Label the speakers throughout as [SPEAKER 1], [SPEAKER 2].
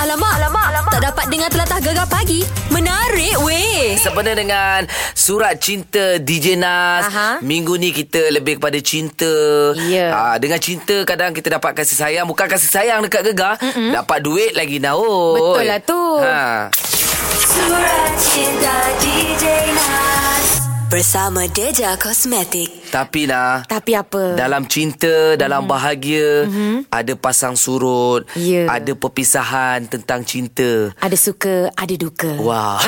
[SPEAKER 1] alamak, alamak, alamak. Tak dapat dengar telatah gegar pagi. Menarik weh.
[SPEAKER 2] Sempena dengan surat cinta DJ Nas.
[SPEAKER 1] Aha.
[SPEAKER 2] Minggu ni kita lebih kepada cinta.
[SPEAKER 1] Ya.
[SPEAKER 2] Ah, dengan cinta kadang kita dapat kasih sayang. Bukan kasih sayang dekat gegar. Mm-mm. Dapat duit lagi naut.
[SPEAKER 1] Betul lah tu.
[SPEAKER 2] Ha.
[SPEAKER 1] Surat cinta DJ Nas. Bersama Deja Kosmetik.
[SPEAKER 2] Tapi nah.
[SPEAKER 1] Tapi apa?
[SPEAKER 2] Dalam cinta, dalam bahagia, ada pasang surut,
[SPEAKER 1] Mm-hmm. Ya.
[SPEAKER 2] ada perpisahan tentang cinta.
[SPEAKER 1] ada suka, ada duka.
[SPEAKER 2] Wah.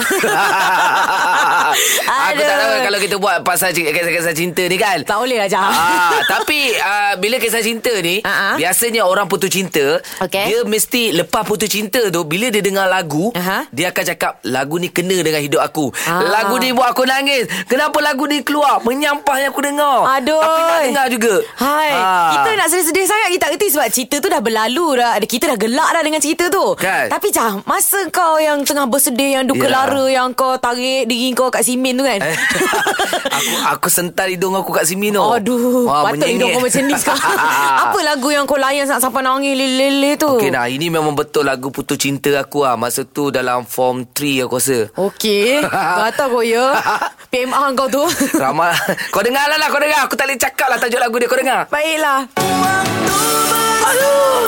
[SPEAKER 2] Aku tak tahu
[SPEAKER 1] Aduh.
[SPEAKER 2] kalau kita buat pasal c- kisah-kisah cinta ni kan.
[SPEAKER 1] Tak boleh lah, Jah.
[SPEAKER 2] Ah, tapi ah, bila kisah cinta ni,
[SPEAKER 1] Ah, ah.
[SPEAKER 2] biasanya orang putus cinta,
[SPEAKER 1] Okey.
[SPEAKER 2] dia mesti lepas putus cinta tu bila dia dengar lagu,
[SPEAKER 1] Aha.
[SPEAKER 2] dia akan cakap lagu ni kena dengan hidup aku.
[SPEAKER 1] Ah.
[SPEAKER 2] Lagu ni buat aku nangis. Kenapa lagu ni keluar? Menyampah yang aku dengar.
[SPEAKER 1] Aduh.
[SPEAKER 2] Tapi nak dengar juga.
[SPEAKER 1] Hai,
[SPEAKER 2] Ah.
[SPEAKER 1] kita nak sedih-sedih sangat kita tak kerti sebab cerita tu dah berlalu dah. Ada- Kita dah gelak dah dengan cerita tu.
[SPEAKER 2] Kan?
[SPEAKER 1] Tapi Jah, masa kau yang tengah bersedih, yang duka
[SPEAKER 2] Yelah.
[SPEAKER 1] lara, yang kau tarik diri kau kat simen tu kan.
[SPEAKER 2] Eh, aku aku sental hidung aku kat Simino.
[SPEAKER 1] Aduh,
[SPEAKER 2] Wah,
[SPEAKER 1] patut
[SPEAKER 2] menyengit.
[SPEAKER 1] hidung kau macam ni sekarang. Apa lagu yang kau layan sampai nangis lele-lele tu?
[SPEAKER 2] Okey nah, ini memang betul lagu Putus Cinta aku ah. Masa tu dalam form 3 aku rasa.
[SPEAKER 1] Okey, kata kau ya. PMA kau tu.
[SPEAKER 2] Ramai Kau dengar lah lah Kau dengar Aku tak boleh cakap lah Tajuk lagu dia Kau dengar
[SPEAKER 1] Baiklah.
[SPEAKER 2] Aduh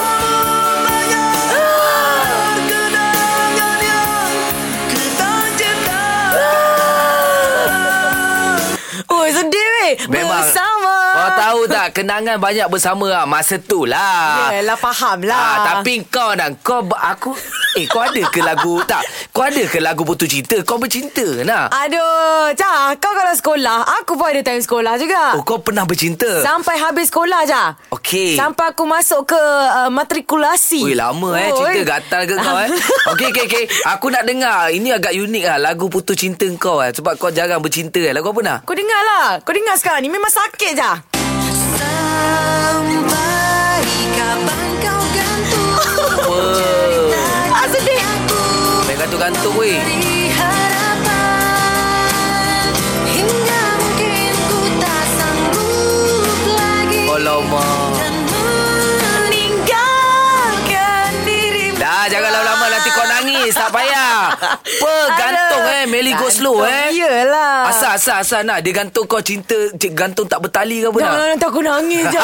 [SPEAKER 1] Oh, sedih weh. Bersama.
[SPEAKER 2] Kau tahu tak Kenangan banyak bersama lah Masa tu lah
[SPEAKER 1] Yelah, faham lah.
[SPEAKER 2] Ah, tapi kau nak kau ber- aku eh kau ada ke lagu tak? Kau ada ke lagu putus cinta? Kau bercinta nak?
[SPEAKER 1] Aduh, Jah, kau kalau sekolah, aku pun ada time sekolah juga.
[SPEAKER 2] Oh kau pernah bercinta?
[SPEAKER 1] Sampai habis sekolah je.
[SPEAKER 2] Okey.
[SPEAKER 1] Sampai aku masuk ke uh, matrikulasi.
[SPEAKER 2] Ui lama eh
[SPEAKER 1] Oi.
[SPEAKER 2] Cinta gatal ke kau eh Okey okey okey Aku nak dengar Ini agak unik lah Lagu putus cinta kau eh Sebab kau jarang bercinta eh Lagu apa nak?
[SPEAKER 1] Kau dengar lah. Kau dengar sekarang ni memang sakit je.
[SPEAKER 3] Sampai kapan kau gantung
[SPEAKER 1] Ah, sedih.
[SPEAKER 2] Main gantung-gantung weh
[SPEAKER 3] Beri harapan Hingga mungkin ku tak sanggup lagi
[SPEAKER 2] Alamak
[SPEAKER 3] Dan meninggalkan dirimu
[SPEAKER 2] Dah jangan lama-lama lah, Nanti kau nangis Tak payah Apa gantung eh Meli go slow eh
[SPEAKER 1] ya. Yelah.
[SPEAKER 2] Asal asal asal nak Dia gantung kau cinta cik, Gantung tak bertali ke apa nak
[SPEAKER 1] Jangan nanti aku nangis je.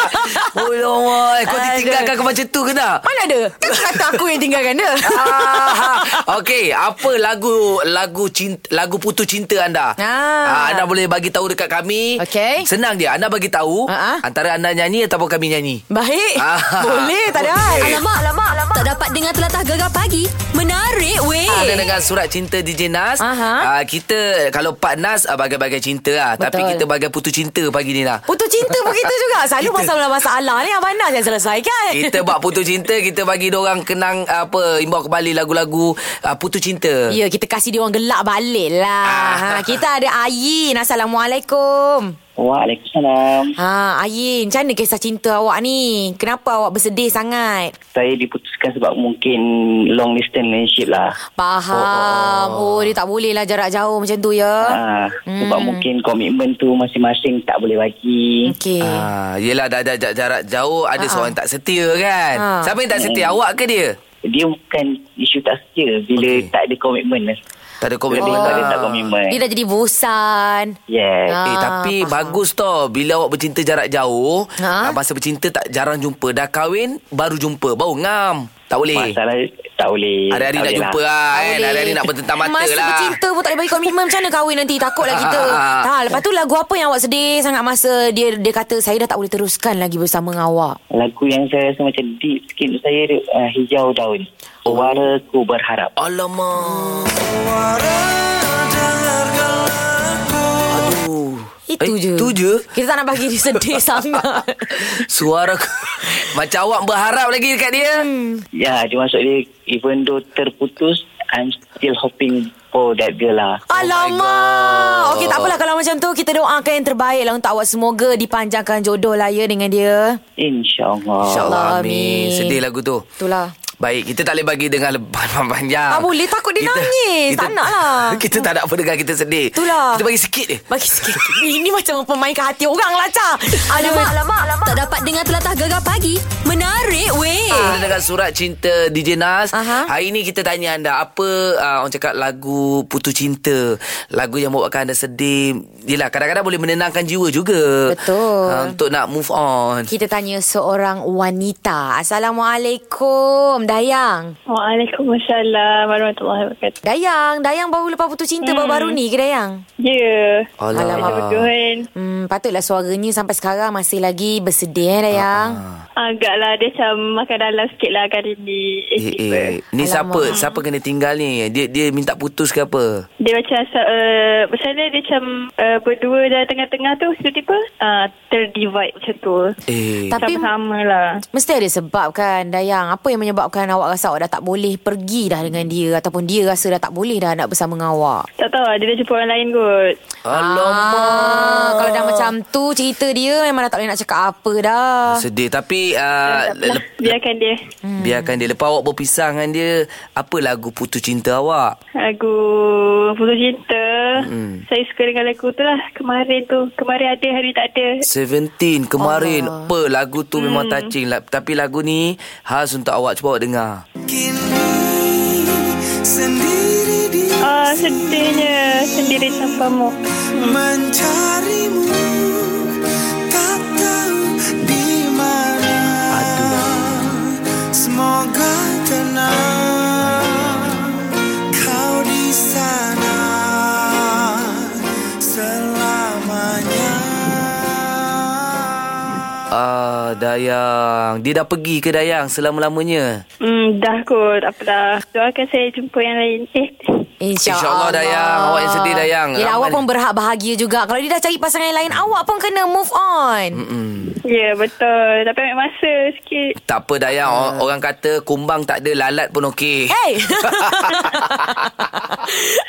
[SPEAKER 2] Oh Allah Kau
[SPEAKER 1] Aduh.
[SPEAKER 2] ditinggalkan kau macam tu ke tak
[SPEAKER 1] Mana ada? Kan aku kata aku yang tinggalkan dia.
[SPEAKER 2] Ah, Okey, apa lagu lagu cinta, lagu putus cinta anda?
[SPEAKER 1] Ah.
[SPEAKER 2] Ah, anda boleh bagi tahu dekat kami.
[SPEAKER 1] Okey.
[SPEAKER 2] Senang dia. Anda bagi tahu
[SPEAKER 1] Ah, ah.
[SPEAKER 2] antara anda nyanyi ataupun kami nyanyi.
[SPEAKER 1] Baik.
[SPEAKER 2] Ah.
[SPEAKER 1] Boleh, tak ada hal.
[SPEAKER 2] Boleh.
[SPEAKER 1] Alamak, alamak, alamak. Tak dapat dengar telatah gegar pagi. Menarik, weh.
[SPEAKER 4] Ah,
[SPEAKER 2] Ada Ah, dengan surat cinta DJ Nas
[SPEAKER 1] Aha.
[SPEAKER 2] Ah, Kita Kalau Pak Nas ah, Bagai-bagai cinta lah Tapi
[SPEAKER 1] Betul.
[SPEAKER 2] kita bagai putus cinta pagi ni lah
[SPEAKER 1] Putus cinta pun kita juga. Selalu masalah-masalah ni Abang Nas yang selesaikan.
[SPEAKER 2] Kita buat putus cinta Kita bagi orang kenang Apa Imbau kembali lagu-lagu ah, Putus cinta
[SPEAKER 1] Ya, kita kasih dia orang gelak balik lah.
[SPEAKER 2] Ah.
[SPEAKER 1] Ha, kita ada Ayin. Assalamualaikum.
[SPEAKER 5] Waalaikumsalam.
[SPEAKER 1] Ha, Ayin, macam mana kisah cinta awak ni? Kenapa awak bersedih sangat?
[SPEAKER 5] Saya diputuskan sebab mungkin long distance relationship lah.
[SPEAKER 1] Faham. Oh, oh dia tak boleh lah jarak jauh macam tu
[SPEAKER 2] Ah.
[SPEAKER 1] ya.
[SPEAKER 5] Ha, Sebab mungkin komitmen tu masing-masing tak boleh bagi.
[SPEAKER 1] Okey.
[SPEAKER 2] Ah, yelah dah, dah, dah jarak jauh ada
[SPEAKER 1] Ah,
[SPEAKER 2] seorang tak setia kan.
[SPEAKER 1] Ah.
[SPEAKER 2] Siapa yang tak setia? Awak ke dia?
[SPEAKER 5] Dia bukan isu tak setia bila
[SPEAKER 2] Okey.
[SPEAKER 5] okay. tak ada komitmen.
[SPEAKER 2] Tak ada komen.
[SPEAKER 5] Lebih
[SPEAKER 2] Oh.
[SPEAKER 5] kepada tak komitmen.
[SPEAKER 1] Dia dah jadi bosan.
[SPEAKER 5] Yes.
[SPEAKER 1] Ah.
[SPEAKER 2] Eh tapi
[SPEAKER 1] faham.
[SPEAKER 2] bagus tau bila awak bercinta jarak jauh,
[SPEAKER 1] Ah.
[SPEAKER 2] ah, masa bercinta tak jarang jumpa. Dah kahwin baru jumpa. Baru ngam. Tak boleh.
[SPEAKER 5] Masalah tak boleh.
[SPEAKER 2] Hari-hari
[SPEAKER 5] tak
[SPEAKER 2] nak
[SPEAKER 5] boleh
[SPEAKER 2] jumpa
[SPEAKER 5] Lah.
[SPEAKER 2] lah, kan.
[SPEAKER 1] Boleh.
[SPEAKER 2] Hari-hari nak bertentang mata
[SPEAKER 1] Masa
[SPEAKER 2] lah.
[SPEAKER 1] bercinta pun tak boleh bagi komitmen Macam mana kahwin nanti Takutlah kita
[SPEAKER 2] Ah.
[SPEAKER 1] ha, Lepas tu lagu apa yang awak sedih sangat Masa dia dia kata Saya dah tak boleh teruskan lagi bersama dengan awak
[SPEAKER 5] Lagu yang saya rasa macam deep sikit untuk saya dia, uh, Hijau Daun.
[SPEAKER 2] Oh.
[SPEAKER 5] Suara ku berharap.
[SPEAKER 2] Alamak. Aduh. Eh,
[SPEAKER 1] Itu je
[SPEAKER 2] Itu je.
[SPEAKER 1] Kita tak nak bagi dia sedih sangat
[SPEAKER 2] Suara aku- Macam awak berharap lagi dekat dia.
[SPEAKER 1] Hmm,
[SPEAKER 5] Ya, dia masuk dia even though terputus, I'm still hoping for that girl lah.
[SPEAKER 1] Alamak
[SPEAKER 2] Oh God.
[SPEAKER 1] Okey tak apalah kalau macam tu Kita doakan yang terbaik lah Untuk awak semoga Dipanjangkan jodoh lah ya Dengan dia
[SPEAKER 5] InsyaAllah.
[SPEAKER 2] InsyaAllah amin.
[SPEAKER 1] Amin.
[SPEAKER 2] Sedih lagu tu.
[SPEAKER 1] Itulah
[SPEAKER 2] Baik, kita tak boleh bagi dengar lepas panjang.
[SPEAKER 1] Tak boleh, takut dia nangis. Tak nak lah.
[SPEAKER 2] Kita tak nak pendengar kita sedih.
[SPEAKER 1] Itulah.
[SPEAKER 2] Kita bagi sikit je.
[SPEAKER 1] Bagi sikit Ini macam memainkan hati orang lah Cah
[SPEAKER 4] Alamak, alamak, alamak. Tak dapat dengar telatah gegar pagi. Menarik weh.
[SPEAKER 1] Ah.
[SPEAKER 2] Kita dengan surat cinta DJ Nas
[SPEAKER 1] Aha.
[SPEAKER 2] Hari ni kita tanya anda Apa uh, orang cakap lagu Putu Cinta Lagu yang membuatkan anda sedih Yelah kadang-kadang boleh menenangkan jiwa juga
[SPEAKER 1] Betul.
[SPEAKER 2] Ah, Untuk nak move on
[SPEAKER 1] Kita tanya seorang wanita Assalamualaikum Dayang
[SPEAKER 6] Waalaikumsalam warahmatullahi wabarakatuh.
[SPEAKER 1] Dayang Dayang baru lepas putus cinta hmm. baru-baru ni ke Dayang?
[SPEAKER 6] Ya.
[SPEAKER 1] Alamak.
[SPEAKER 6] Macam betul kan.
[SPEAKER 1] Hmm, patutlah suaranya sampai sekarang masih lagi bersedih eh Dayang
[SPEAKER 6] Agaklah dia macam makan dalam sikit lah kali ni. Eh,
[SPEAKER 2] Eh,
[SPEAKER 6] tiba.
[SPEAKER 2] eh. Ni
[SPEAKER 1] Alamak.
[SPEAKER 2] siapa Siapa kena tinggal ni Dia dia minta putus ke apa
[SPEAKER 6] Dia macam uh, Misalnya dia macam uh, Berdua dalam tengah-tengah tu Tiba-tiba uh, Terdivide macam tu
[SPEAKER 2] Eh
[SPEAKER 1] Tak- Tapi-
[SPEAKER 6] Sama-sama lah
[SPEAKER 1] Mesti ada sebab kan Dayang Apa yang menyebabkan awak rasa awak dah tak boleh pergi dah dengan dia Ataupun dia rasa dah tak boleh dah nak bersama dengan awak
[SPEAKER 6] Tak tahu lah Dia dah jumpa orang lain kot
[SPEAKER 1] ah,
[SPEAKER 2] Alamak
[SPEAKER 1] Kalau dah macam tu cerita dia Memang dah tak boleh nak cakap apa dah
[SPEAKER 2] Sedih Tapi uh,
[SPEAKER 6] Tak apalah,
[SPEAKER 2] lep-
[SPEAKER 6] Biarkan dia
[SPEAKER 2] Hmm. Biarkan dia Lepas awak berpisah dengan dia Apa lagu putu cinta awak
[SPEAKER 6] Lagu Putus Cinta mm. Saya suka dengan lagu tu lah Kemarin tu Kemarin ada hari tak ada
[SPEAKER 2] 17 kemarin Allah. Apa lagu tu hmm. memang touching lah. Tapi lagu ni Khas untuk awak Cuba awak dengar
[SPEAKER 6] Ah sedihnya Sendiri tanpamu
[SPEAKER 2] Ah Dayang Dia dah pergi ke Dayang Selama-lamanya
[SPEAKER 6] Hmm, dah kot. Apa dah. Doakan saya jumpa yang lain. Eh,
[SPEAKER 2] InsyaAllah, Dayang. Awak yang sedih, Dayang.
[SPEAKER 1] Yelah
[SPEAKER 2] Ramai-
[SPEAKER 1] awak pun berhak bahagia juga Kalau dia dah cari pasangan yang lain Awak pun kena move on
[SPEAKER 6] ya yeah, betul. Tapi ambil masa sikit.
[SPEAKER 2] Tak apa Dayang uh. Orang kata Kumbang tak ada Lalat pun okey
[SPEAKER 1] Hey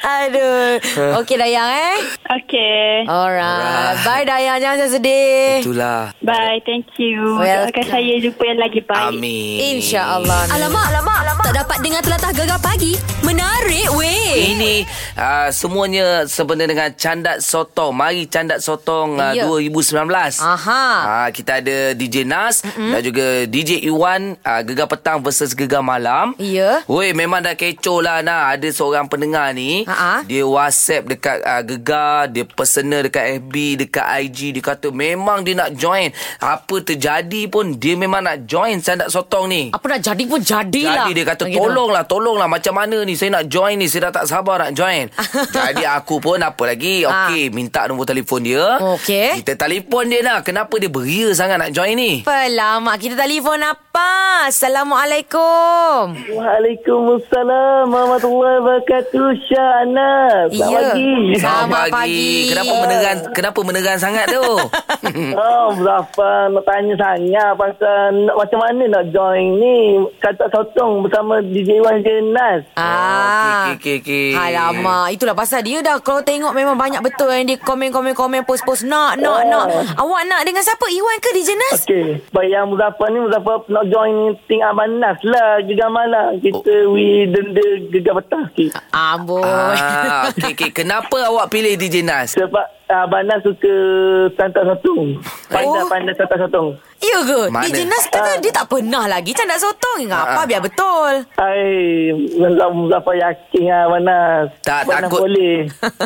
[SPEAKER 1] Aduh Okay Dayang eh
[SPEAKER 6] Okay.
[SPEAKER 1] Oh. Alright Bye Dayang Jangan sedih
[SPEAKER 2] Itulah
[SPEAKER 6] Bye. Thank you.
[SPEAKER 1] Welcome.
[SPEAKER 6] Doakan saya jumpa yang lagi baik.
[SPEAKER 2] Amin
[SPEAKER 1] InsyaAllah
[SPEAKER 4] Alamak, alamak, alamak. Tak dapat dengar telatah gegar pagi. Menarik weh.
[SPEAKER 2] Ini uh, semuanya sebenarnya dengan Candat Sotong. Mari Candat Sotong uh,
[SPEAKER 1] Ya.
[SPEAKER 2] 2019.
[SPEAKER 1] Aha.
[SPEAKER 2] Uh, kita ada DJ Nas mm-hmm. dan juga DJ Iwan uh, Gegar Petang versus Gegar Malam.
[SPEAKER 1] Ya.
[SPEAKER 2] Woi memang dah kecoh lah nah. Ada seorang pendengar ni
[SPEAKER 1] Ha-ha.
[SPEAKER 2] dia WhatsApp dekat uh, Gegar, dia personal dekat FB, dekat IG dia kata memang dia nak join. Apa terjadi pun dia memang nak join Candat Sotong ni.
[SPEAKER 1] Apa dah jadi lah. pun jadilah
[SPEAKER 2] Jadi dia kata
[SPEAKER 1] Begitu.
[SPEAKER 2] tolonglah tolonglah macam mana ni saya nak join ni saya dah tak sabar nak join. Jadi aku pun apa lagi okey minta nombor telefon dia.
[SPEAKER 1] Ah. Okey.
[SPEAKER 2] Kita telefon dia lah kenapa dia beria sangat nak join ni.
[SPEAKER 1] Pelamak kita telefon apa? Assalamualaikum.
[SPEAKER 7] Waalaikumsalam warahmatullahi wabarakatuh Syah Anas Selamat
[SPEAKER 1] Ya.
[SPEAKER 7] pagi
[SPEAKER 1] Selamat pagi.
[SPEAKER 2] Kenapa meneran kenapa meneran sangat tu?
[SPEAKER 7] Oh, Zafar nak tanya sangat pasal nak, macam mana nak join ni Kata Sotong bersama DJ Wan Jenas
[SPEAKER 1] Ah.
[SPEAKER 2] okey, okey, okey, okey.
[SPEAKER 1] Alamak, itulah pasal dia dah kalau tengok memang banyak betul yang dia komen-komen-komen post-post nak
[SPEAKER 2] Oh.
[SPEAKER 1] nak nak. Awak nak dengan siapa? Iwan ke DJ Nas?
[SPEAKER 7] Okey, baik yang Muzaffar ni Muzaffar nak join Ting Abang Nas lah Gegar malam Kita oh. we denda gegar petang sikit
[SPEAKER 1] Amboi.
[SPEAKER 2] ah, okey okey. Kenapa awak pilih DJ Nas?
[SPEAKER 7] Sebab Abang Nas suka Santan Sotong
[SPEAKER 2] Oh.
[SPEAKER 7] Pandai-pandai Santan Sotong
[SPEAKER 1] Ya ke?
[SPEAKER 2] Mana? Ah.
[SPEAKER 1] DJ Nas kata dia tak pernah lagi candak sotong. Ingat apa biar betul.
[SPEAKER 7] Hai, Muzaffar yakin lah Abang Nas
[SPEAKER 2] Tak
[SPEAKER 7] Abang Nas
[SPEAKER 2] takut
[SPEAKER 7] boleh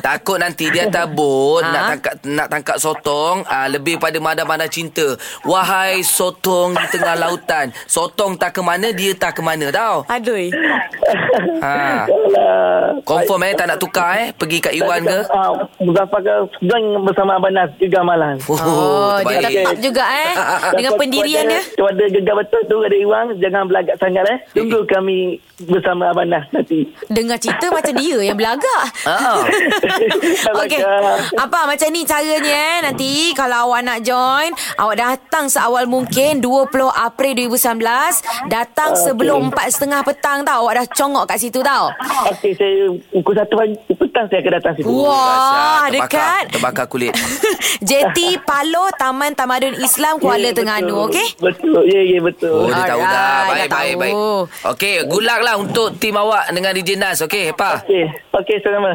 [SPEAKER 2] Takut nanti dia atas bot
[SPEAKER 1] Ha?
[SPEAKER 2] Nak tangkap nak tangkap sotong uh, Lebih pada mana-mana cinta Wahai sotong di tengah lautan Sotong tak ke mana Dia tak ke mana tau
[SPEAKER 1] Aduh.
[SPEAKER 2] ha.
[SPEAKER 7] Alah.
[SPEAKER 2] Confirm eh Tak nak tukar eh Pergi kat Iwan ke
[SPEAKER 7] Ah, Muzaffar ke join bersama Abang Nas Gegar Malam.
[SPEAKER 2] Oh,
[SPEAKER 1] Oh, dia
[SPEAKER 2] terbaik.
[SPEAKER 1] tetap juga eh dengan
[SPEAKER 7] Kepada-
[SPEAKER 1] pendirian dia.
[SPEAKER 7] Kepada Gegar Betul tu ada Iwan, jangan belagak sangat eh. Tunggu kami bersama Abang Nas nanti.
[SPEAKER 1] Dengar cerita macam dia yang belagak.
[SPEAKER 2] Ah.
[SPEAKER 1] Okey. Apa macam ni caranya eh nanti kalau awak nak join, awak datang seawal mungkin 20 April 2019, datang okay. sebelum 4.30 petang tau. Awak dah congok kat situ tau.
[SPEAKER 7] Okey, saya pukul 1 pagi petang saya akan datang situ.
[SPEAKER 1] Wah,
[SPEAKER 2] Dahsyat. Terbakar-
[SPEAKER 1] dekat
[SPEAKER 2] Terbakar kulit
[SPEAKER 1] JT Paloh Taman Tamadun Islam Kuala
[SPEAKER 7] Ya, betul.
[SPEAKER 1] Terengganu, okey?
[SPEAKER 7] Betul. Ya, yeah, ya, yeah, betul.
[SPEAKER 2] Oh, dia tahu dah.
[SPEAKER 1] Alright,
[SPEAKER 2] Baik,
[SPEAKER 1] dah
[SPEAKER 2] baik,
[SPEAKER 1] tahu.
[SPEAKER 2] baik. Okey, good luck lah untuk tim awak dengan DJ Nas. Okey, Hepa.
[SPEAKER 7] Okey. Okey, sama.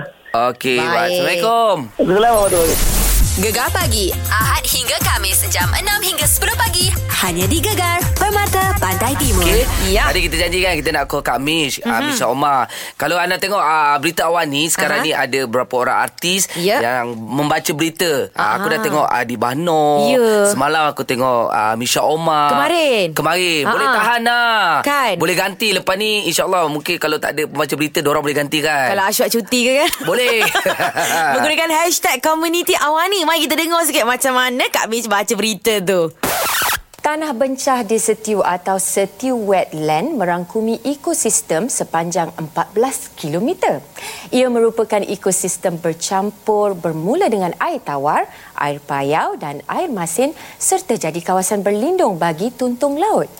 [SPEAKER 2] Okey,
[SPEAKER 1] Baik.
[SPEAKER 2] baik. Assalamukum.
[SPEAKER 7] Assalamualaikum warahmatullahi wabarakatuh.
[SPEAKER 4] Gegar pagi Ahad hingga Kamis jam 6 hingga 10 pagi hanya di Gegar Permata Pantai Timur.
[SPEAKER 2] Okey. Eh,
[SPEAKER 1] Ya. Mhm.
[SPEAKER 2] Tadi kita janji kan kita nak call Kak Mish, mm-hmm. uh, Misha Omar. Kalau anda tengok uh, berita awal ni sekarang
[SPEAKER 1] Aha.
[SPEAKER 2] ni ada berapa orang artis
[SPEAKER 1] Ya.
[SPEAKER 2] yang membaca berita. Uh, aku dah
[SPEAKER 1] Aha.
[SPEAKER 2] tengok Adi Bahno.
[SPEAKER 1] Ya.
[SPEAKER 2] Semalam aku tengok uh, Misha Omar.
[SPEAKER 1] Kemarin.
[SPEAKER 2] Kemarin. Boleh
[SPEAKER 1] Ha-ha.
[SPEAKER 2] tahan lah.
[SPEAKER 1] Kan?
[SPEAKER 2] Boleh ganti lepas ni insyaAllah mungkin kalau tak ada pembaca berita orang boleh ganti kan.
[SPEAKER 1] Kalau Ashwat cuti ke kan?
[SPEAKER 2] Boleh.
[SPEAKER 1] Menggunakan hashtag community awani. Mari kita dengar sikit macam mana Kak Mish baca berita tu.
[SPEAKER 8] Tanah bencah di Setiu atau Setiu Wetland merangkumi ekosistem sepanjang 14 km. Ia merupakan ekosistem bercampur bermula dengan air tawar, air payau dan air masin serta jadi kawasan berlindung bagi tuntung laut.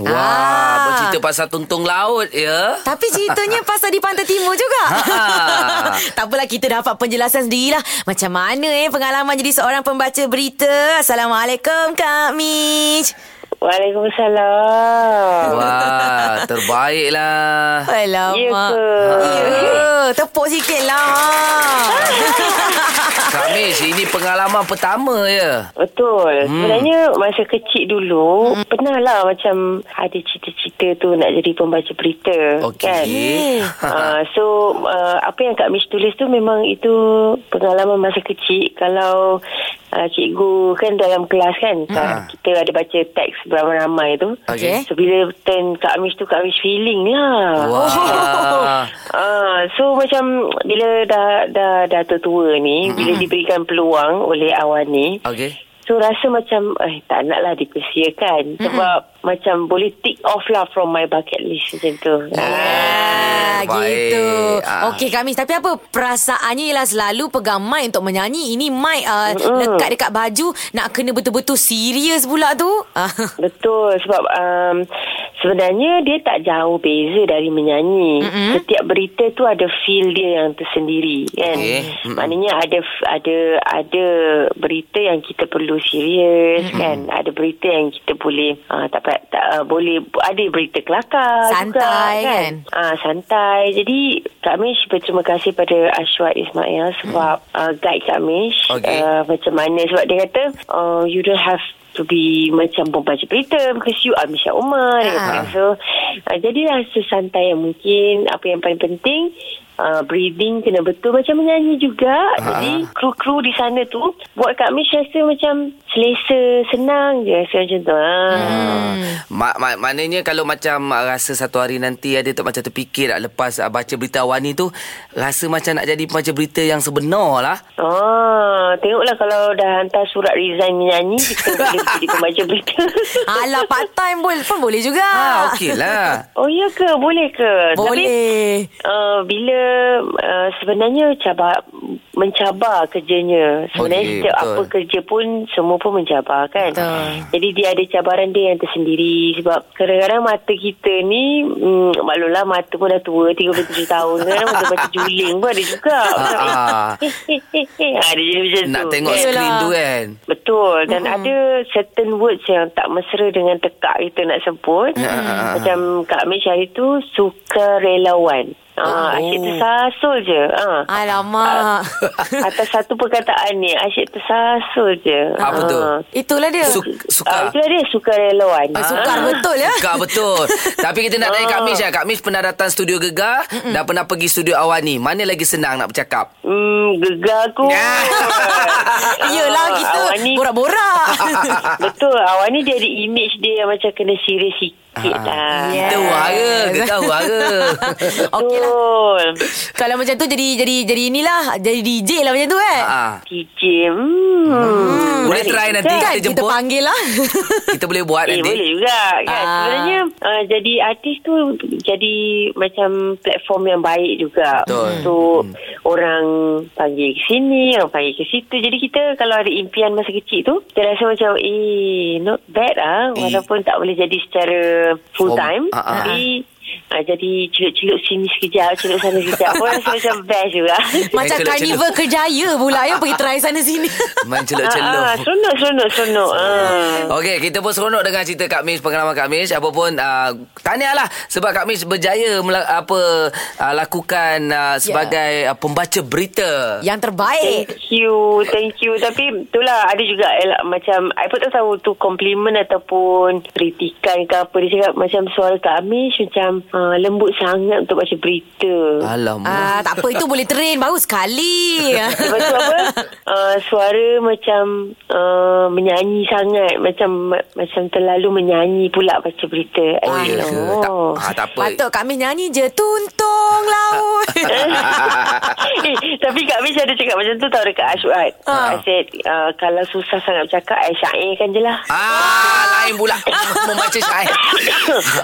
[SPEAKER 2] Wah,
[SPEAKER 1] Ah.
[SPEAKER 2] bercerita pasal tuntung laut ya.
[SPEAKER 1] Tapi ceritanya pasal di Pantai Timur juga.
[SPEAKER 2] Ha.
[SPEAKER 1] tak apalah kita dapat penjelasan sendirilah. Macam mana eh pengalaman jadi seorang pembaca berita. Assalamualaikum Kak Mish.
[SPEAKER 9] Waalaikumsalam.
[SPEAKER 2] Wah, terbaiklah.
[SPEAKER 1] Alamak.
[SPEAKER 9] Ya ke?
[SPEAKER 2] Ah.
[SPEAKER 1] Ya, tepuk sikit lah.
[SPEAKER 2] Kamis, ini pengalaman pertama ya.
[SPEAKER 9] Betul. Hmm. Sebenarnya masa kecil dulu hmm. pernah lah macam ada cita-cita tu nak jadi pembaca berita
[SPEAKER 2] Okey.
[SPEAKER 9] kan. uh, so uh, apa yang Kak Mish tulis tu memang itu pengalaman masa kecil kalau uh, cikgu kan dalam kelas kan uh, kita ada baca teks beramai-ramai tu.
[SPEAKER 1] Okey.
[SPEAKER 9] So bila turn Kak Mish tu Kak Mish feeling lah.
[SPEAKER 2] Wah.
[SPEAKER 9] Ah, so macam bila dah dah dah tertua ni, mm-hmm. bila diberikan peluang oleh awan ni,
[SPEAKER 2] Okey.
[SPEAKER 9] so rasa macam eh tak naklah dikusiakan mm-hmm. sebab macam boleh tick off lah from my bucket list macam tu.
[SPEAKER 1] Ah,
[SPEAKER 2] Baik.
[SPEAKER 1] gitu.
[SPEAKER 2] Ah.
[SPEAKER 1] Okey Kak Mish, tapi apa perasaannya ialah selalu pegang mic untuk menyanyi. Ini mic uh, lekat dekat baju nak kena betul-betul serius pula tu. Ah.
[SPEAKER 9] Betul sebab um, sebenarnya dia tak jauh beza dari menyanyi. Mm-hmm. Setiap berita tu ada feel dia yang tersendiri kan.
[SPEAKER 2] Okey.
[SPEAKER 9] Okay.
[SPEAKER 2] Mm-mm.
[SPEAKER 9] Maknanya ada ada ada berita yang kita perlu serius mm-hmm. kan. Ada berita yang kita boleh uh, tak, pa- tak uh, boleh ada berita kelakar
[SPEAKER 1] Santai,
[SPEAKER 9] juga,
[SPEAKER 1] kan?
[SPEAKER 9] Ah santai. Jadi Kak Mish berterima kasih pada Ashwat Ismail sebab hmm. uh, guide Kak Mish
[SPEAKER 2] Mm. Okey.
[SPEAKER 9] uh, macam mana sebab dia kata uh, you don't have to be macam pembaca berita because you are Misha Omar. Dia
[SPEAKER 1] Ah.
[SPEAKER 9] kata. So uh, jadilah sesantai yang mungkin apa yang paling penting Uh, breathing kena betul Macam
[SPEAKER 1] Ah.
[SPEAKER 9] menyanyi juga Jadi kru-kru di sana tu Buat Kak Mish rasa macam Selesa Senang je Rasa macam tu ah.
[SPEAKER 1] Hmm.
[SPEAKER 2] Mak, mak, Hmm. maknanya kalau macam ah, rasa satu hari nanti ada tak macam terfikir nak lepas ah, baca berita awal ni tu rasa macam nak jadi pembaca berita yang sebenar lah.
[SPEAKER 9] Oh, tengoklah kalau dah hantar surat resign menyanyi, kita boleh jadi pembaca berita.
[SPEAKER 1] Alah part time pun, pun boleh juga.
[SPEAKER 2] Ah, okey lah.
[SPEAKER 9] Oh, ya ke? Boleh ke?
[SPEAKER 1] Boleh.
[SPEAKER 9] Tapi, uh, bila uh, sebenarnya cabar, mencabar kerjanya.
[SPEAKER 2] Okey,
[SPEAKER 9] Sebenarnya okay, setiap
[SPEAKER 2] betul.
[SPEAKER 9] apa kerja pun, semua pun mencabar kan?
[SPEAKER 1] Betul.
[SPEAKER 9] Jadi, dia ada cabaran dia yang tersendiri. Sebab kadang-kadang mata kita ni, mm, maklumlah mata pun dah tua, 37 tahun. Kadang-kadang mata baca juling pun ada juga. Macam,
[SPEAKER 2] Ah,
[SPEAKER 9] eh, eh, eh, eh. Ah, dia jadi macam
[SPEAKER 2] nak
[SPEAKER 9] tu.
[SPEAKER 2] tengok
[SPEAKER 9] kan?
[SPEAKER 2] skrin tu kan.
[SPEAKER 9] Betul dan mm-hmm. ada certain words yang tak mesra dengan tekak kita nak sebut. Mm-hmm. Macam Kak Mish hari tu suka relawan.
[SPEAKER 1] Oh.
[SPEAKER 9] Ah, asyik tersasul je. Ah.
[SPEAKER 1] Alamak.
[SPEAKER 9] Atas satu perkataan ni asyik tersasul je.
[SPEAKER 1] Ah,
[SPEAKER 2] Apa tu?
[SPEAKER 1] Itulah dia.
[SPEAKER 2] Su- suka.
[SPEAKER 9] Ah, itulah dia suka relawan.
[SPEAKER 1] Ah, Sukar betul ya.
[SPEAKER 2] Suka betul. Tapi kita nak tanya Kak Mish lah. Kak Mish pernah datang studio Gegar dan pernah pergi studio awal ni. Mana lagi senang nak bercakap?
[SPEAKER 9] Hmm, gegar aku. Ah,
[SPEAKER 1] Iyalah
[SPEAKER 2] Ah,
[SPEAKER 1] kita
[SPEAKER 9] Awak ni-
[SPEAKER 1] borak-borak.
[SPEAKER 9] Betul. Awak ni dia ada image dia yang macam kena serius sikit
[SPEAKER 1] Ah.
[SPEAKER 9] lah.
[SPEAKER 1] Yeah.
[SPEAKER 2] Kita wara. Gegar wara.
[SPEAKER 1] Ya, Okey lah.
[SPEAKER 9] Betul.
[SPEAKER 1] Kalau macam tu jadi jadi jadi inilah jadi DJ lah macam tu kan.
[SPEAKER 2] Ah.
[SPEAKER 9] DJ. Hmm. hmm.
[SPEAKER 2] Boleh try nanti
[SPEAKER 1] kan
[SPEAKER 2] kita
[SPEAKER 1] kita
[SPEAKER 2] jemput.
[SPEAKER 1] panggil lah.
[SPEAKER 2] Kita boleh buat
[SPEAKER 9] Eh,
[SPEAKER 2] nanti.
[SPEAKER 9] boleh juga kan.
[SPEAKER 1] Ah.
[SPEAKER 9] Sebenarnya uh, jadi artis tu jadi macam platform yang baik juga.
[SPEAKER 2] Betul. Hmm.
[SPEAKER 9] Untuk orang panggil ke sini, orang panggil ke situ. Jadi kita kalau ada impian masa kecil tu, kita rasa macam eh not bad ah
[SPEAKER 2] Eh.
[SPEAKER 9] walaupun tak boleh jadi secara full
[SPEAKER 2] Form-
[SPEAKER 9] time
[SPEAKER 2] Ah, ah.
[SPEAKER 9] tapi uh, jadi celup-celup sini sekejap, celup sana sekejap pun rasa macam best juga. Ah,
[SPEAKER 1] Macam
[SPEAKER 2] celok-celok.
[SPEAKER 1] karnival kerjaya pula ya pergi try sana sini.
[SPEAKER 2] Main
[SPEAKER 9] Ah, ah,
[SPEAKER 2] celup-celup.
[SPEAKER 9] seronok, seronok, seronok. Ah.
[SPEAKER 2] Okey, kita pun seronok dengan cerita Kak Miss, pengalaman Kak Miss. Apa pun, uh, tahniahlah sebab Kak Miss berjaya mela- apa uh, lakukan uh, sebagai
[SPEAKER 1] Ya.
[SPEAKER 2] yeah. uh, pembaca berita.
[SPEAKER 1] Yang terbaik.
[SPEAKER 9] Thank you, thank you. Tapi itulah ada juga elak, macam I pun tak tahu tu compliment ataupun kritikan ke apa. Dia cakap macam suara Kak Amish macam uh, lembut sangat untuk baca berita.
[SPEAKER 2] Alamak.
[SPEAKER 1] Ah, tak apa itu boleh train baru sekali.
[SPEAKER 2] Ah,
[SPEAKER 9] Lepas tu apa? Uh, suara macam uh, menyanyi sangat. Macam macam terlalu menyanyi pula baca berita. I
[SPEAKER 2] Oh,
[SPEAKER 9] don't
[SPEAKER 2] ya ke?
[SPEAKER 9] know.
[SPEAKER 2] Tak, ah, tak apa.
[SPEAKER 1] Patut kami nyanyi je tuntung laut.
[SPEAKER 9] eh, tapi Kak Mish ada cakap macam tu tau dekat Ashwad.
[SPEAKER 2] Ah.
[SPEAKER 9] Uh. I said, uh, kalau susah sangat bercakap, I syairkan je lah.
[SPEAKER 2] Ah, lain pula Membaca syair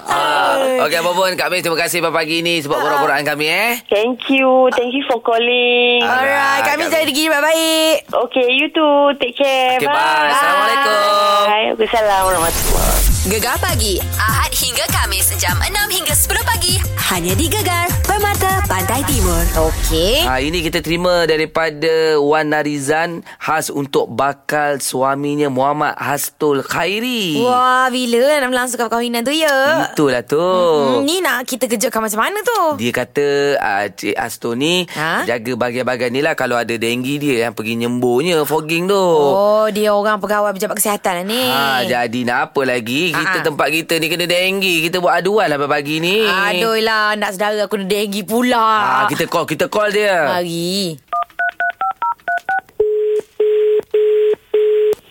[SPEAKER 2] ah, Okey, apa pun Kak Miss Terima kasih pada pagi ni
[SPEAKER 1] Ah.
[SPEAKER 2] Sebab borak-borakan kami eh
[SPEAKER 9] Thank you. Thank you for calling.
[SPEAKER 2] Ah.
[SPEAKER 1] Alright, kami
[SPEAKER 2] Kak
[SPEAKER 1] jadi
[SPEAKER 2] Miss.
[SPEAKER 1] gigi baik-baik.
[SPEAKER 9] Okay, you too. Take care.
[SPEAKER 2] Okay, bye. Assalamualaikum.
[SPEAKER 9] Bye. Waalaikumsalam warahmatullahi
[SPEAKER 4] Gegar pagi Ahad hingga Kamis jam 6 hingga 10 pagi hanya di Gegar Permata Pantai Timur.
[SPEAKER 1] Okey.
[SPEAKER 2] Ha, ini kita terima daripada Wan Narizan khas untuk bakal suaminya Muhammad Hastul Khairi.
[SPEAKER 1] Wah, bila nak melangsungkan perkahwinan tu ya?
[SPEAKER 2] Itulah tu.
[SPEAKER 1] Hmm,
[SPEAKER 2] Mm-hmm.
[SPEAKER 1] Ni nak kita kejutkan macam mana tu?
[SPEAKER 2] Dia kata uh, Cik Astur ni ha?
[SPEAKER 1] Ha?
[SPEAKER 2] jaga bagian-bagian ni lah kalau ada denggi dia yang pergi nyembuhnya fogging tu.
[SPEAKER 1] Oh, dia orang pegawai pejabat kesihatan lah ni.
[SPEAKER 2] Ha, jadi nak apa lagi? Kita
[SPEAKER 1] Ha-ha.
[SPEAKER 2] tempat kita ni kena denggi. Kita buat aduan lah pagi ni.
[SPEAKER 1] Aduh lah, nak saudara aku nak denggi pula.
[SPEAKER 2] Ha, kita call, kita call dia.
[SPEAKER 1] Mari.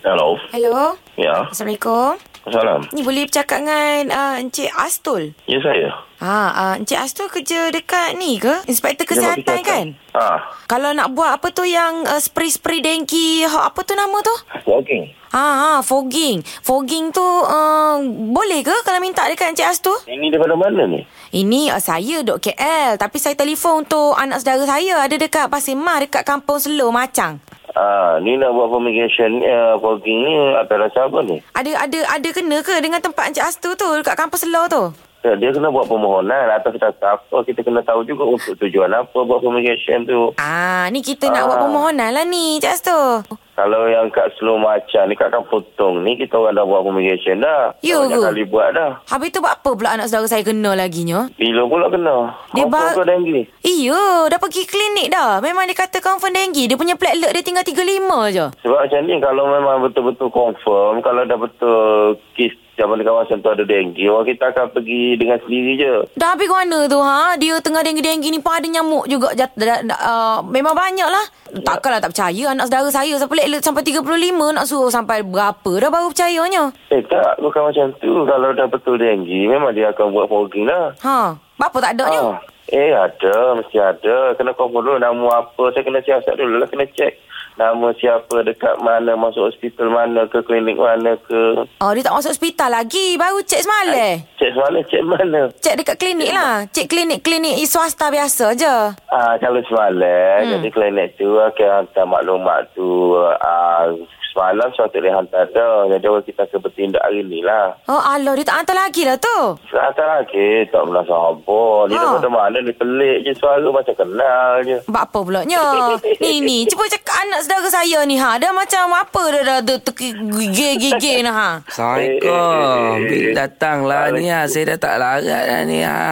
[SPEAKER 7] Hello.
[SPEAKER 1] Hello.
[SPEAKER 7] Ya.
[SPEAKER 1] Assalamualaikum.
[SPEAKER 7] Salam.
[SPEAKER 1] Ni boleh bercakap dengan uh, Encik Astul.
[SPEAKER 7] Ya saya.
[SPEAKER 1] Ha, uh, Encik Astul kerja dekat ni ke? Inspektor
[SPEAKER 7] Jabat
[SPEAKER 1] kesihatan kan?
[SPEAKER 7] Ah,
[SPEAKER 1] Kalau nak buat apa tu yang uh, spray-spray dengki, ha, apa tu nama tu?
[SPEAKER 7] jogging.
[SPEAKER 1] Ha, ha fogging. Fogging tu uh, boleh ke kalau minta dekat Encik Astul?
[SPEAKER 7] Ini daripada mana ni?
[SPEAKER 1] Ini uh, saya dok KL tapi saya telefon untuk anak saudara saya ada dekat Pasir Mah dekat kampung Selo Macang.
[SPEAKER 7] Ah, ni nak buat fumigation, uh, fogging ni atas dasar apa ni?
[SPEAKER 1] Ada ada ada kena ke dengan tempat Encik Astur tu dekat kampung Selo tu?
[SPEAKER 7] Ya, Dia kena buat permohonan atas dasar apa, kita kena tahu juga untuk tujuan apa buat fumigation tu.
[SPEAKER 1] Ah, ni kita nak buat permohonan lah ni Encik Astur.
[SPEAKER 7] Kalau yang kat Slow Macan ni, kat Kampung Tong ni, kita orang dah buat fumigation dah.
[SPEAKER 1] Ya
[SPEAKER 7] Dah Banyak
[SPEAKER 1] ke?
[SPEAKER 7] kali buat dah.
[SPEAKER 1] Habis tu buat apa pula anak saudara saya kena laginya?
[SPEAKER 7] Bila pula kena?
[SPEAKER 1] Dia
[SPEAKER 7] Confirm
[SPEAKER 1] ba-
[SPEAKER 7] kau denggi.
[SPEAKER 1] Iya, dah pergi klinik dah. Memang dia kata confirm denggi. Dia punya platelet dia tinggal 35 je.
[SPEAKER 7] Sebab macam ni, kalau memang betul-betul confirm, kalau dah betul kes zaman di kawasan tu ada denggi, orang kita akan pergi dengan sendiri je.
[SPEAKER 1] Dah habis mana tu ha? Dia tengah denggi-denggi ni pun ada nyamuk juga. Jat, da, da, uh, memang banyak lah. Takkanlah tak percaya anak saudara saya sampai platelet sampai 35 nak suruh sampai berapa dah baru percayanya.
[SPEAKER 7] Eh tak, bukan macam tu. Kalau dah betul denggi, memang dia akan buat fogging lah.
[SPEAKER 1] Ha, apa tak adanya?
[SPEAKER 7] Ah. Eh ada, mesti ada. Kena confirm dulu nama apa. Saya kena siasat dulu lah, kena cek. Nama siapa, dekat mana, masuk hospital mana ke, klinik mana ke.
[SPEAKER 1] Oh, dia tak masuk hospital lagi. Baru cek semalam.
[SPEAKER 7] Cek mana, cek mana.
[SPEAKER 1] Cek dekat klinik lah. Cek klinik-klinik swasta biasa je.
[SPEAKER 7] Ah, kalau semalam, hmm. jadi klinik tu akan hantar maklumat tu. Ah, semalam suatu dia hantar dah. Jadi orang kita akan bertindak hari ni lah.
[SPEAKER 1] Oh, Allah. Dia tak hantar lagi lah tu.
[SPEAKER 7] Hantar lagi, tak pernah sahabat. Dia
[SPEAKER 1] Ah.
[SPEAKER 7] daripada mana, dia pelik je suara macam kenal je.
[SPEAKER 1] Buat apa pula Ni ni Cuba cakap anak saudara saya ni ha Dah macam apa Dah dah, dah tergigil-gigil ni ha
[SPEAKER 2] Assalamualaikum.
[SPEAKER 7] Eh, eh, eh,
[SPEAKER 2] Bila
[SPEAKER 7] eh.
[SPEAKER 2] datang lah ni ha. Saya dah tak larat dah ni ha.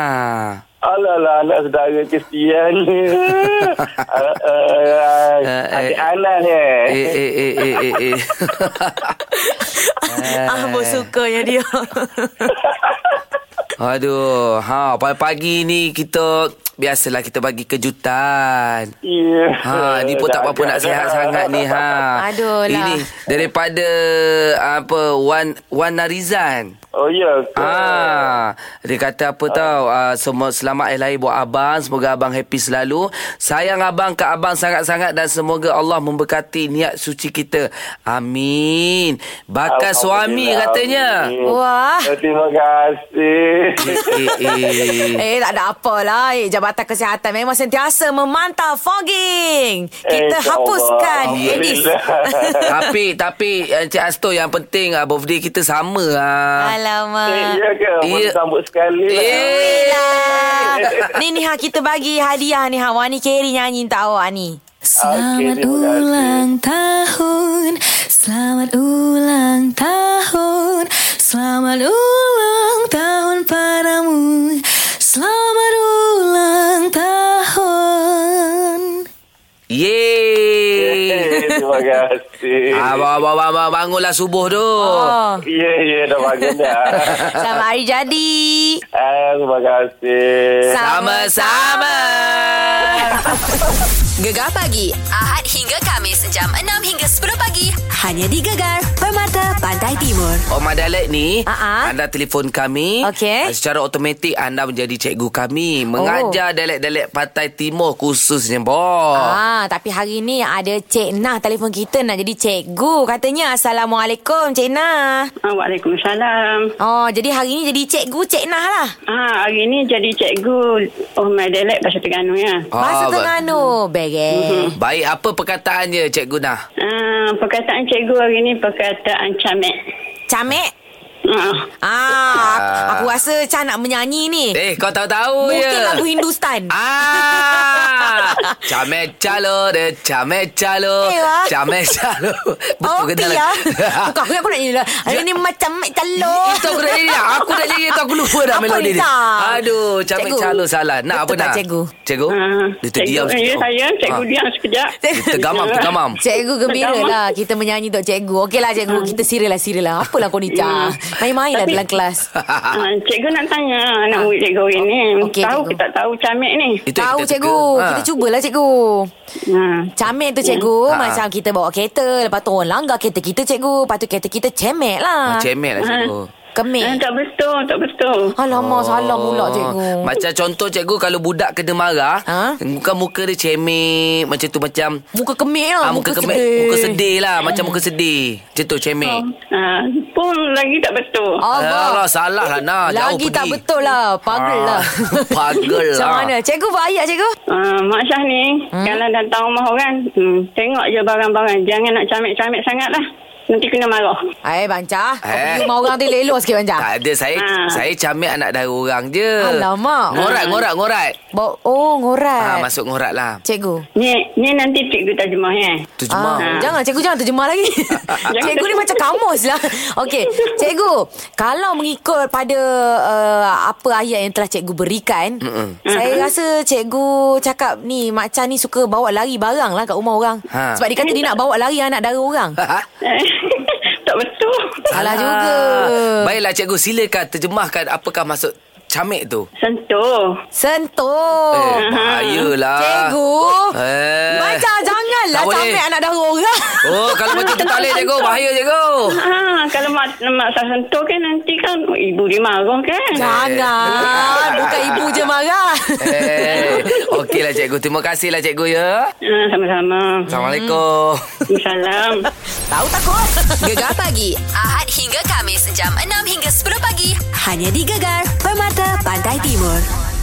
[SPEAKER 7] Alalah anak saudara kesian ni. Ah, ah,
[SPEAKER 2] Eh, eh.
[SPEAKER 7] Adik Anas ni.
[SPEAKER 2] Eh, eh, eh, eh, eh, eh.
[SPEAKER 1] Ah, bos sukanya dia
[SPEAKER 2] Aduh, ha, pagi-pagi ni kita biasalah kita bagi kejutan.
[SPEAKER 7] Ya.
[SPEAKER 2] Ha, ni pun tak apa-apa nak sihat sangat ni ha.
[SPEAKER 1] Aduh lah.
[SPEAKER 2] Ini daripada apa Wan Wan Narizan.
[SPEAKER 7] Oh ya. ke?
[SPEAKER 2] Ah, dia kata
[SPEAKER 7] Ha.
[SPEAKER 2] apa tahu? Ah, semua selamat hari lahir buat abang. Semoga abang happy selalu. Sayang abang ke abang sangat-sangat dan semoga Allah memberkati niat suci kita. Amin. Bakal suami
[SPEAKER 7] Alhamdulillah.
[SPEAKER 2] katanya.
[SPEAKER 7] Amin.
[SPEAKER 1] Wah.
[SPEAKER 7] Terima kasih.
[SPEAKER 2] Eh, eh, eh.
[SPEAKER 1] Eh tak ada apa lah eh, Jabat Jabatan Kesihatan memang sentiasa memantau fogging. Kita
[SPEAKER 7] InsyaAllah.
[SPEAKER 1] hapuskan Eh, Edis.
[SPEAKER 7] Eh, Alhamdulillah.
[SPEAKER 2] tapi tapi Encik Asto yang penting ah, birthday kita sama ah.
[SPEAKER 7] Eh,
[SPEAKER 1] Alamak.
[SPEAKER 7] ya ke?
[SPEAKER 2] Ya.
[SPEAKER 7] Boleh sambut sekali lah.
[SPEAKER 2] Eh.
[SPEAKER 1] Ni ni ha kita bagi hadiah ni ha Wani Keri nyanyi untuk awak ni.
[SPEAKER 7] Okey,
[SPEAKER 10] Selamat
[SPEAKER 7] terima kasih.
[SPEAKER 10] ulang tahun Selamat ulang tahun Selamat ulang tahun padamu Selamat ulang tahun
[SPEAKER 2] Yeay.
[SPEAKER 7] Eh, Terima kasih.
[SPEAKER 2] Abang, abang, abang, abang, bangunlah subuh tu.
[SPEAKER 1] Oh.
[SPEAKER 7] Ya, ya, dah bangun dah.
[SPEAKER 1] Selamat hari jadi.
[SPEAKER 7] Ah, terima kasih.
[SPEAKER 2] Sama-sama.
[SPEAKER 4] Gegar pagi Ahad hingga Kamis jam 6 hingga 10 pagi hanya di Gegar Permata Pantai Timur.
[SPEAKER 2] Oma Dialek Oh, ni
[SPEAKER 1] Ah, ah.
[SPEAKER 2] Anda telefon kami Ah,
[SPEAKER 1] Okey. Oh.
[SPEAKER 2] Secara otomatik Anda menjadi cikgu kami Mengajar dialek-dialek Pantai Timur Khususnya Bo
[SPEAKER 1] Ah, tapi hari ni ada Cik Nah telefon kita nak jadi cikgu. Katanya Assalamualaikum Cik Nah.
[SPEAKER 9] Ah, Waalaikumsalam.
[SPEAKER 1] Oh, jadi hari ni jadi cikgu Cik Nah lah.
[SPEAKER 9] Ah, hari ni jadi cikgu Oh my dialect Bahasa Terengganu ya.
[SPEAKER 1] Bahasa
[SPEAKER 2] Ah, Mm-hmm. ba-
[SPEAKER 1] Terengganu. Bege.
[SPEAKER 2] Baik apa perkataannya Cikgu Nah
[SPEAKER 9] Ah, perkataan cikgu hari ni perkataan camek.
[SPEAKER 1] Camek.
[SPEAKER 9] Ah,
[SPEAKER 1] Ah, aku, aku rasa Chan nak menyanyi ni.
[SPEAKER 2] Eh kau tahu-tahu
[SPEAKER 1] Mungkin
[SPEAKER 2] je
[SPEAKER 1] lagu Hindustan.
[SPEAKER 2] Ah, Chame chalo de chame chalo
[SPEAKER 1] Eh, wah.
[SPEAKER 2] Chame chalo
[SPEAKER 1] Oh,
[SPEAKER 2] ke tak?
[SPEAKER 1] ya. Bukan aku, aku nak nyanyi lah. Hari ni macam Mek Calok.
[SPEAKER 2] Itu aku nak nyanyi Aku nak nyanyi tu Aku lupa dah
[SPEAKER 1] Apa
[SPEAKER 2] melodi
[SPEAKER 1] ni,
[SPEAKER 2] dia
[SPEAKER 1] Sam?
[SPEAKER 2] Aduh Chame
[SPEAKER 1] Cikgu.
[SPEAKER 2] chalo salah Nak apa
[SPEAKER 1] Betul tak,
[SPEAKER 2] nak
[SPEAKER 1] cikgu?
[SPEAKER 2] Cikgu
[SPEAKER 9] ah,
[SPEAKER 2] Oh, Dia terdiam
[SPEAKER 9] cikgu, ya,
[SPEAKER 2] sekejap.
[SPEAKER 9] saya cikgu
[SPEAKER 2] Ah.
[SPEAKER 9] diam sekejap.
[SPEAKER 2] Dia tergamam tergamam
[SPEAKER 1] Cikgu gembira lah Kita menyanyi untuk cikgu Okey lah cikgu Kita serius lah serius lah Apalah kau ni Chan Main-main lah
[SPEAKER 9] Tapi-
[SPEAKER 1] dalam kelas
[SPEAKER 9] Ah, cikgu nak tanya anak murid cikgu hari ni.
[SPEAKER 1] Okey,
[SPEAKER 9] tahu
[SPEAKER 1] cikgu.
[SPEAKER 9] ke tak tahu camek ni?
[SPEAKER 2] Itu yang
[SPEAKER 1] Tahu
[SPEAKER 2] kita
[SPEAKER 1] cikgu
[SPEAKER 2] teka.
[SPEAKER 1] Kita cubalah cikgu
[SPEAKER 9] Ah.
[SPEAKER 1] Camek tu cikgu
[SPEAKER 2] Ha.
[SPEAKER 1] Macam kita bawa kereta Lepas tu orang langgar kereta kita cikgu Lepas tu kereta kita cemek
[SPEAKER 2] Ah,
[SPEAKER 1] lah
[SPEAKER 2] Cemek lah cikgu
[SPEAKER 9] Ah,
[SPEAKER 1] Kemik
[SPEAKER 9] tak betul, tak betul.
[SPEAKER 2] Eh,
[SPEAKER 1] Alamak
[SPEAKER 2] Oh.
[SPEAKER 1] salah pula cikgu
[SPEAKER 2] Macam contoh cikgu Kalau budak kena marah
[SPEAKER 1] Ha?
[SPEAKER 2] Bukan muka dia cemek Macam tu macam
[SPEAKER 1] Muka Ah. kemik lah
[SPEAKER 2] Ah, muka, muka sedih. Muka sedih lah. Macam muka sedih. Macam tu, cemek.
[SPEAKER 9] Ah, pun lagi tak betul.
[SPEAKER 1] Allah
[SPEAKER 2] Alah, salah lah, Nah. Jauh
[SPEAKER 1] Lagi
[SPEAKER 2] pergi.
[SPEAKER 1] tak betul lah Pagel
[SPEAKER 2] Ah,
[SPEAKER 1] lah
[SPEAKER 2] pagel
[SPEAKER 1] Macam
[SPEAKER 2] lah.
[SPEAKER 1] mana Cikgu bahaya cikgu
[SPEAKER 9] Uh, Mak Syah ni hmm? Kalau datang rumah orang hmm, Tengok je barang-barang Jangan nak camik-camik sangat lah Nanti kena marah
[SPEAKER 1] Eh Bancah Kau
[SPEAKER 2] Eh.
[SPEAKER 1] pergi rumah orang tu elok-elok sikit Bancah
[SPEAKER 2] Tak ada. Saya
[SPEAKER 9] Ah.
[SPEAKER 2] saya cemek anak dari orang je.
[SPEAKER 1] Alamak.
[SPEAKER 2] Ngorat, ngorat, ngorat.
[SPEAKER 1] Bo- Oh
[SPEAKER 2] Ha,
[SPEAKER 1] ngorat
[SPEAKER 2] masuk ngorat lah.
[SPEAKER 1] Cikgu
[SPEAKER 9] Ni, ni nanti cikgu terjemah ya
[SPEAKER 2] Tu
[SPEAKER 1] Ah,
[SPEAKER 2] cuma.
[SPEAKER 1] Jangan cikgu jangan terjemah lagi Cikgu ni macam kamus lah Okey Cikgu Kalau mengikut pada uh, Apa ayat yang telah cikgu berikan Mm-mm. Saya rasa cikgu cakap ni Mak Chan ni suka bawa lari barang lah Kat rumah orang
[SPEAKER 2] Ha.
[SPEAKER 1] Sebab dia kata dia nak bawa lari anak dara orang
[SPEAKER 2] Ha?
[SPEAKER 9] Tak betul
[SPEAKER 1] Salah juga
[SPEAKER 2] Baiklah, cikgu. Silakan terjemahkan apakah maksud cemek tu.
[SPEAKER 9] Sentuh
[SPEAKER 2] Eh,
[SPEAKER 1] Sentuh
[SPEAKER 2] bahayalah.
[SPEAKER 1] Oh. Cikgu
[SPEAKER 2] Eh.
[SPEAKER 1] Macam janganlah
[SPEAKER 2] Tak boleh.
[SPEAKER 1] Sampai anak dara orang
[SPEAKER 2] Oh, kalau macam tu tak boleh, cikgu. Bahaya, cikgu.
[SPEAKER 9] ha, Kalau mak, mak Syah sentuh kan Nanti kan Ibu dia marah kan
[SPEAKER 1] Ya. Jangan Bukan ibu je marah
[SPEAKER 2] Eh, okeylah cikgu. Terima kasihlah cikgu ya.
[SPEAKER 9] ha, Sama-sama
[SPEAKER 2] Assalamualaikum.
[SPEAKER 9] Salam
[SPEAKER 1] Tahu takut
[SPEAKER 4] Gegar pagi Ahad hingga Kamis jam 6 hingga 10 pagi hanya di Gegar Permata Pantai Timur.